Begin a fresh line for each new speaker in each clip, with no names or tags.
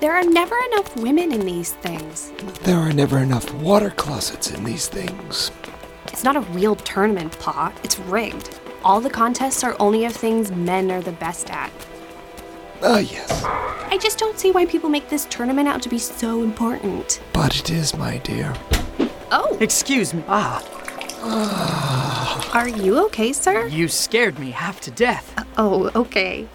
There are never enough women in these things.
There are never enough water closets in these things.
It's not a real tournament, Pa. It's rigged. All the contests are only of things men are the best at.
Ah, yes.
I just don't see why people make this tournament out to be so important.
But it is, my dear.
Oh,
Excuse me. Ah,
are you okay, sir?
you scared me half to death.
Oh, okay.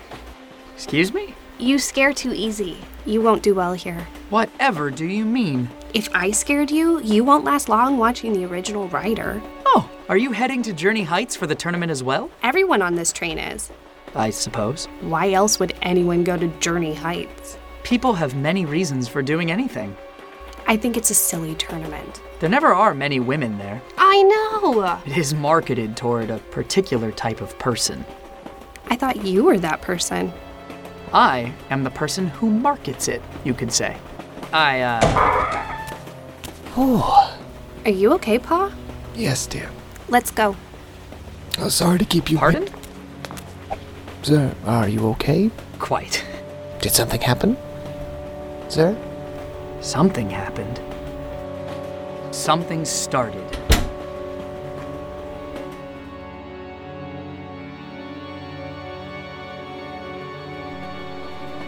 Excuse me?
You scare too easy. You won't do well here.
Whatever do you mean?
If I scared you, you won't last long watching the original writer.
Oh, are you heading to Journey Heights for the tournament as well?
Everyone on this train is.
I suppose.
Why else would anyone go to Journey Heights?
People have many reasons for doing anything.
I think it's a silly tournament.
There never are many women there.
I know!
It is marketed toward a particular type of person.
I thought you were that person.
I am the person who markets it, you could say. I, uh,
Oh,
Are you okay, Pa?
yes, dear.
Let's go.
Oh, sorry to keep you.
pardon?
Sir, are you okay?
Quite.
Did something happen? Sir?
Something happened. Something started.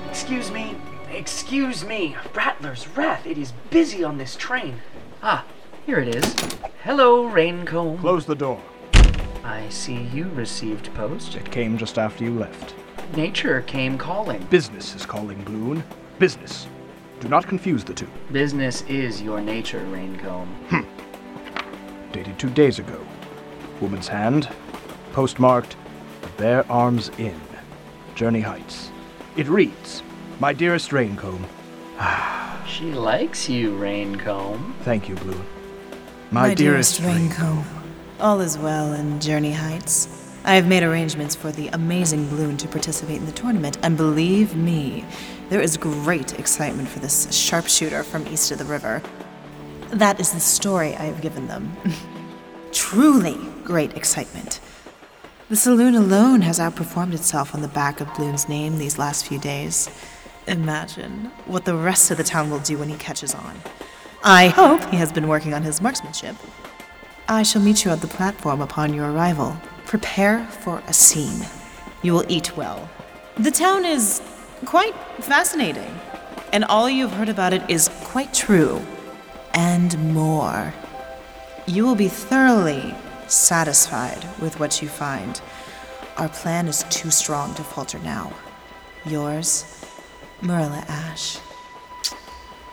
Excuse me. Excuse me. Rattler's Wrath. It is busy on this train. Ah, here it is. Hello, Raincomb.
Close the door.
I see you received post.
It came just after you left.
Nature came calling.
Business is calling, Bloon. Business. Do not confuse the two.
Business is your nature, Raincomb.
Dated two days ago. Woman's hand. Postmarked, The Bear Arms Inn. Journey Heights. It reads, My dearest Raincomb,
She likes you, Raincomb.
thank you, Bloon.
My dearest Raincomb, all is well in Journey Heights. I have made arrangements for the amazing Bloon to participate in the tournament, and believe me, there is great excitement for this sharpshooter from east of the river. That is the story I have given them. Truly great excitement. The saloon alone has outperformed itself on the back of Bloon's name these last few days. Imagine what the rest of the town will do when he catches on. I hope he has been working on his marksmanship. I shall meet you at the platform upon your arrival. Prepare for a scene. You will eat well. The town is quite fascinating, and all you've heard about it is quite true. And more. You will be thoroughly satisfied with what you find. Our plan is too strong to falter now. Yours, Marilla Ash.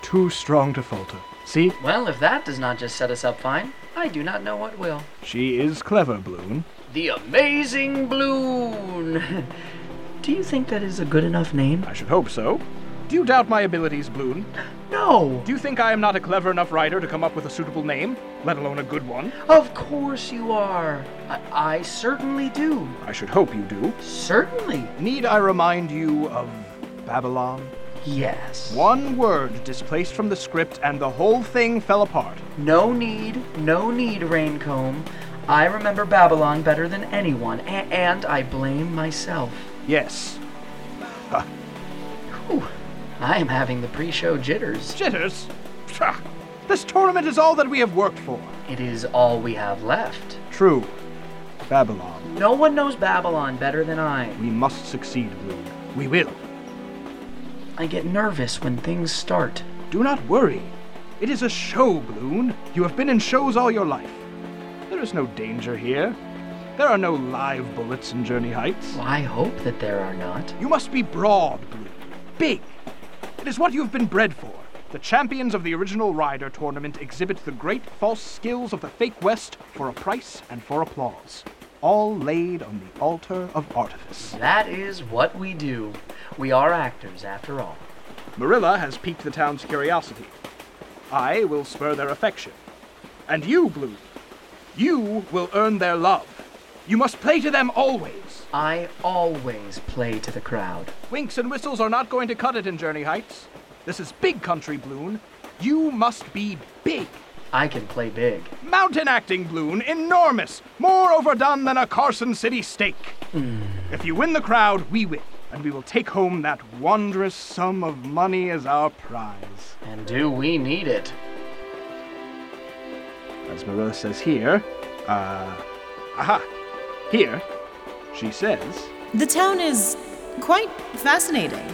Too strong to falter. See?
Well, if that does not just set us up fine, I do not know what will.
She is clever, Bloon.
The Amazing Bloon! do you think that is a good enough name?
I should hope so. Do you doubt my abilities, Bloon?
No!
Do you think I am not a clever enough writer to come up with a suitable name, let alone a good one?
Of course you are! I, I certainly do.
I should hope you do.
Certainly.
Need I remind you of Babylon?
Yes.
One word displaced from the script and the whole thing fell apart.
No need, no need, Raincomb. I remember Babylon better than anyone, a- and I blame myself.
Yes.
Whew. I am having the pre show jitters.
Jitters? Psha. This tournament is all that we have worked for.
It is all we have left.
True. Babylon.
No one knows Babylon better than I.
We must succeed, Bloom. We will.
I get nervous when things start.
Do not worry. It is a show, Bloon. You have been in shows all your life. There is no danger here. There are no live bullets in Journey Heights.
Well, I hope that there are not.
You must be broad, Bloon. Big. It is what you have been bred for. The champions of the original Rider tournament exhibit the great false skills of the fake West for a price and for applause. All laid on the altar of artifice.
That is what we do. We are actors, after all.
Marilla has piqued the town's curiosity. I will spur their affection. And you, Blue, you will earn their love. You must play to them always.
I always play to the crowd.
Winks and whistles are not going to cut it in Journey Heights. This is big country, Bloon. You must be big.
I can play big.
Mountain acting, Bloon, Hmm. enormous, more overdone than a Carson City steak. If you win the crowd, we win. and we will take home that wondrous sum of money as our prize.
And do we need it?
As Marilla says here, uh, aha, here, she says,
The town is quite fascinating,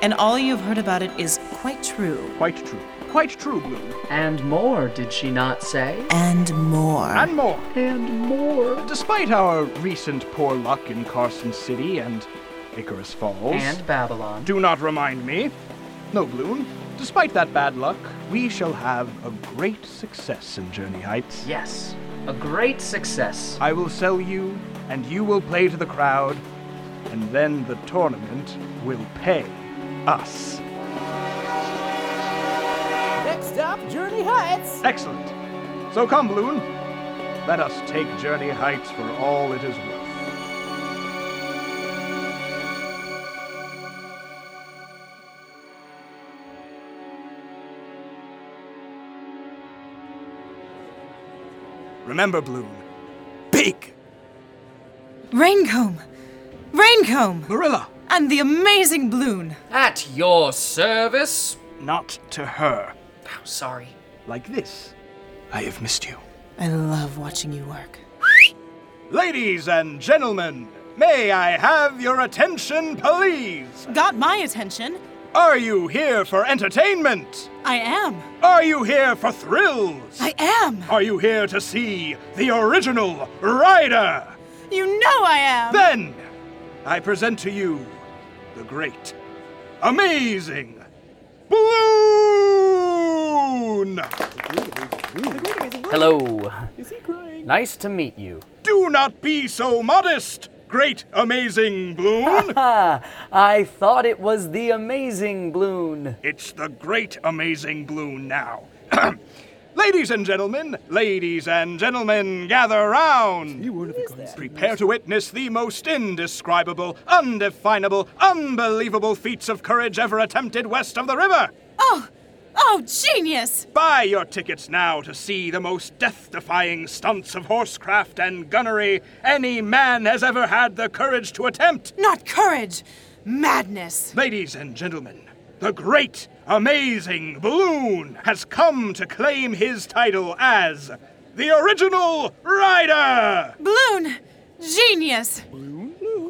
and all you've heard about it is quite true.
quite true, quite true, Bloom,
And more, did she not say?
And more.
and more.
And more.
Despite our recent poor luck in Carson City and Icarus Falls,
And Babylon.
do not remind me, no Bloom, despite that bad luck, we shall have a great success in Journey Heights.
Yes, a great success.
I will sell you, and you will play to the crowd, and then the tournament will pay us.
Next stop, Journey Heights.
Excellent. So come, Balloon. Let us take Journey Heights for all it is worth. Remember, Bloom. Big!
Raincomb! Raincomb!
Marilla!
And the amazing Bloon!
At your service.
Not to her.
Oh, sorry.
Like this. I have missed you.
I love watching you work.
Ladies and gentlemen, may I have your attention, please?
Got my attention.
Are you here for entertainment?
I am.
Are you here for thrills?
I am.
Are you here to see the original rider?
You know I am.
Then, I present to you the great, amazing Balloon!
Hello.
Is he crying?
Nice to meet you.
Do not be so modest, great, amazing Balloon!
I thought it was the amazing Bloon.
It's the great amazing balloon now. ladies and gentlemen, ladies and gentlemen, gather round. Prepare to witness the most indescribable, undefinable, unbelievable feats of courage ever attempted west of the river.
Oh, oh, genius!
Buy your tickets now to see the most death-defying stunts of horsecraft and gunnery any man has ever had the courage to attempt.
Not courage, madness.
Ladies and gentlemen, the great, amazing Balloon has come to claim his title as the original rider!
Bloon, genius,
Balloon?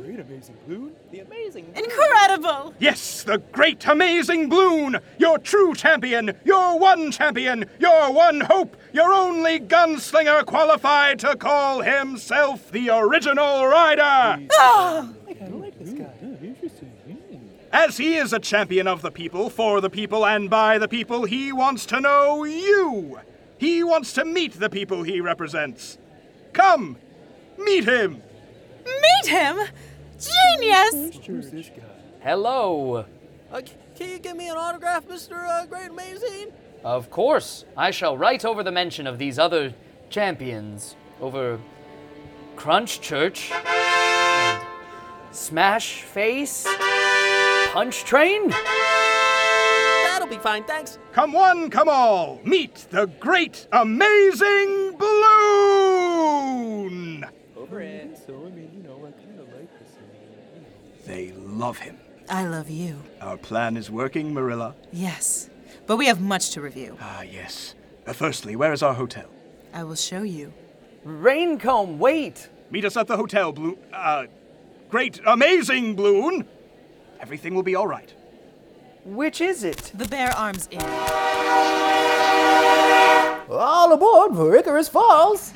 Great amazing balloon. The amazing.
incredible.
Yes, the great, amazing Balloon, your true champion, your one champion, your one hope, your only gunslinger qualified to call himself the original rider! As he is a champion of the people, for the people, and by the people, he wants to know you. He wants to meet the people he represents. Come, meet him.
Meet him, genius.
Who's this guy?
Hello.
Uh, c- can you give me an autograph, Mr. Uh, Great Amazing?
Of course, I shall write over the mention of these other champions over Crunch Church, and Smash Face, Punch Train.
That'll be fine, thanks.
Come one, come all. Meet the great, amazing balloon.
Over it. So, I mean, you know, I kind of like this.
They love him.
I love you.
Our plan is working, Marilla.
Yes, but we have much to review.
Ah, yes. Uh, firstly, where is our hotel?
I will show you.
Raincomb, wait.
Meet us at the hotel, Balloon. Uh, great, amazing balloon. Everything will be all right.
Which is it?
The Bear Arms Inn.
All aboard for Icarus Falls.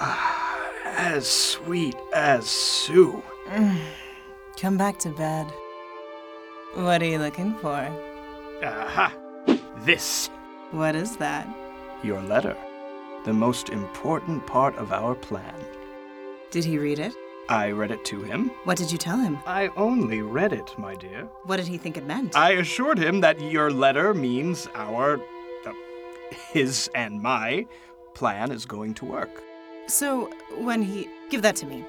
As sweet as Sue.
Come back to bed. What are you looking for?
Aha! This,
What is that?
your letter. The most important part of our plan.
Did he read it?
I read it to him.
What did you tell him?
I only read it, my dear.
What did he think it meant?
I assured him that your letter means our. Uh, his and my plan is going to work.
So when he give that to me.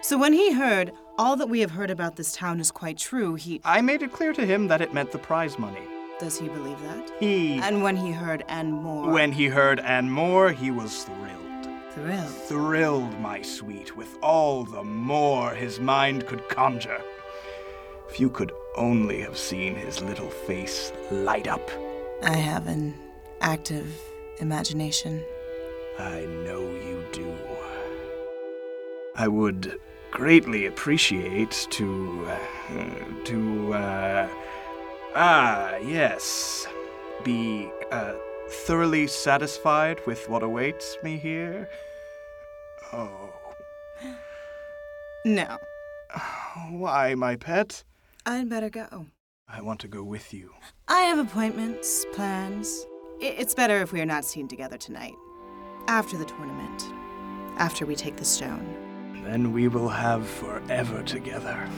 So when he heard all that we have heard about this town is quite true, he
I made it clear to him that it meant the prize money.
Does he believe that?
He.
And when he heard and more.
When he heard and more, he was thrilled.
Thrilled.
Thrilled, my sweet, with all the more his mind could conjure. If you could only have seen his little face light up.
I have an active imagination.
I know you do. I would greatly appreciate to. uh, to. Uh, ah, yes. be uh, thoroughly satisfied with what awaits me here. Oh.
No.
Why, my pet?
I'd better go.
I want to go with you.
I have appointments, plans. I- It's better if we are not seen together tonight. After the tournament. After we take the stone.
Then we will have forever together.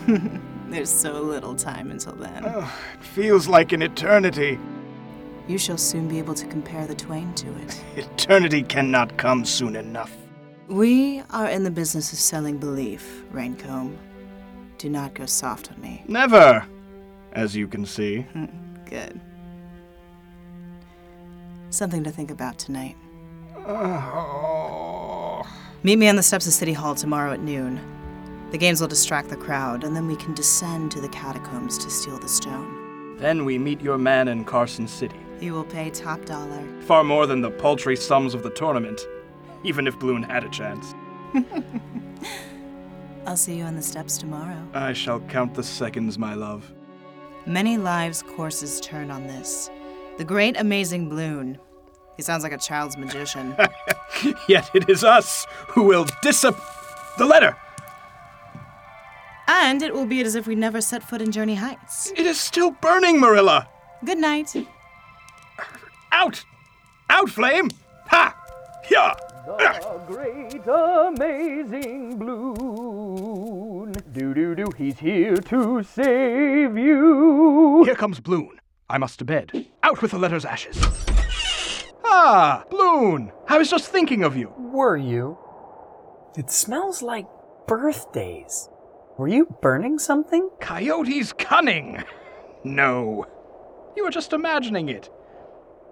There's so little time until then.
Oh. It feels like an eternity.
You shall soon be able to compare the twain to it.
Eternity cannot come soon enough.
We are in the business of selling belief, Raincomb. Do not go soft on me.
Never! As you can see.
Good. Something to think about tonight. Meet me on the steps of City Hall tomorrow at noon. The games will distract the crowd, and then we can descend to the catacombs to steal the stone.
Then we meet your man in Carson City.
You will pay top dollar.
Far more than the paltry sums of the tournament, even if Bloon had a chance.
I'll see you on the steps tomorrow.
I shall count the seconds, my love.
Many lives' courses turn on this. The great amazing Bloon. He sounds like a child's magician.
Yet it is us who will disap. the letter!
and it will be as if we never set foot in Journey Heights.
It is still burning, Marilla!
Good night.
Out! Out, Flame! Ha! Yeah!
The great amazing balloon. Do do do. He's here to save you.
Here comes Bloon. I must to bed. Out with the letter's ashes. Ah, Bloon! I was just thinking of you.
Were you?
It smells like birthdays. Were you burning something?
Coyote's cunning. No. You are just imagining it.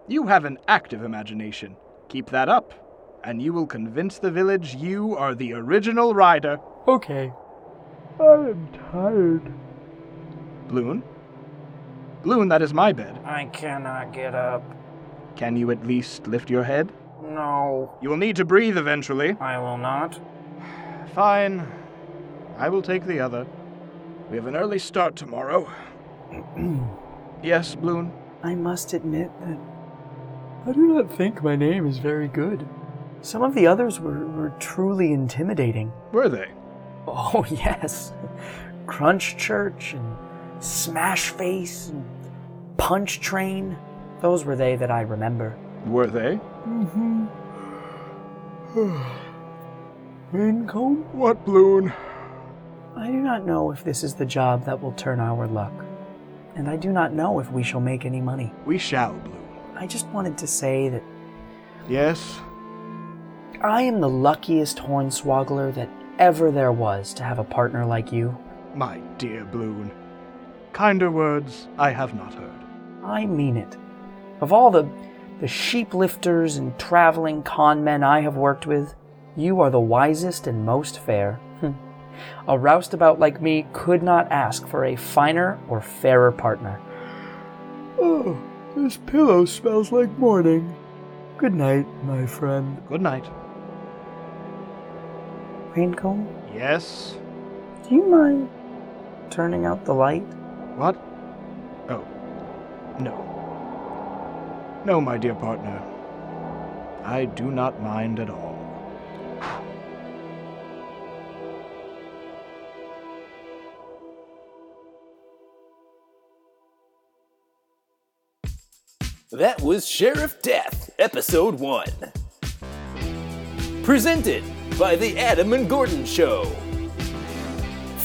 You have an active imagination. Keep that up, and you will convince the village you are the original rider.
Okay.
Bloon? Bloon, that is my bed.
I cannot get up.
Can you at least lift your head?
No,
You will need to breathe eventually.
I will not.
Fine. I will take the other. We have an early start tomorrow. yes, Bloon?
I must admit that I do not think my name is very good. Some of the others were, were truly intimidating.
Were they?
Oh, yes. Crunch Church and Smash Face and Punch Train. Those were they that I remember.
Were they?
Mm-hmm. Rincombe?
What, Bloon?
I do not know if this is the job that will turn our luck. And I do not know if we shall make any money.
We shall, Bloon.
I just wanted to say that
Yes,
I am the luckiest hornswoggler that ever there was to have a partner like you.
my dear Bloon. Kinder words I have not heard.
I mean it. Of all the the sheep lifters and traveling con men I have worked with, you are the wisest and most fair. Hmm. a roustabout like me could not ask for a finer or fairer partner. Oh, this pillow smells like morning. Good night, my friend.
Good night.
Raincomb,
Yes.
do you mind turning out the light?
What? Oh. No. No, my dear partner. I do not mind at all.
That was Sheriff Death, Episode 1. Presented by The Adam and Gordon Show.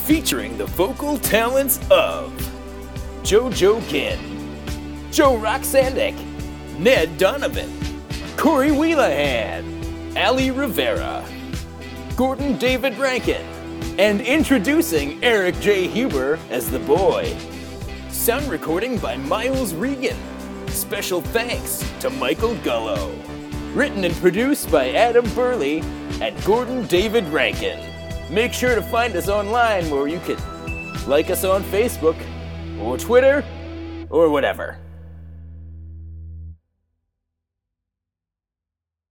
Featuring the vocal talents of JoJo Ginn, Joe Roxandic, Ned Donovan, Corey Wheelahan, Ali Rivera, Gordon David Rankin, and introducing Eric J. Huber as the boy. Sound recording by Miles Regan. special thanks to Michael Gullo. Written and produced by Adam Burley and Gordon David Rankin. Make sure to find us online where you can like us on Facebook or Twitter or whatever.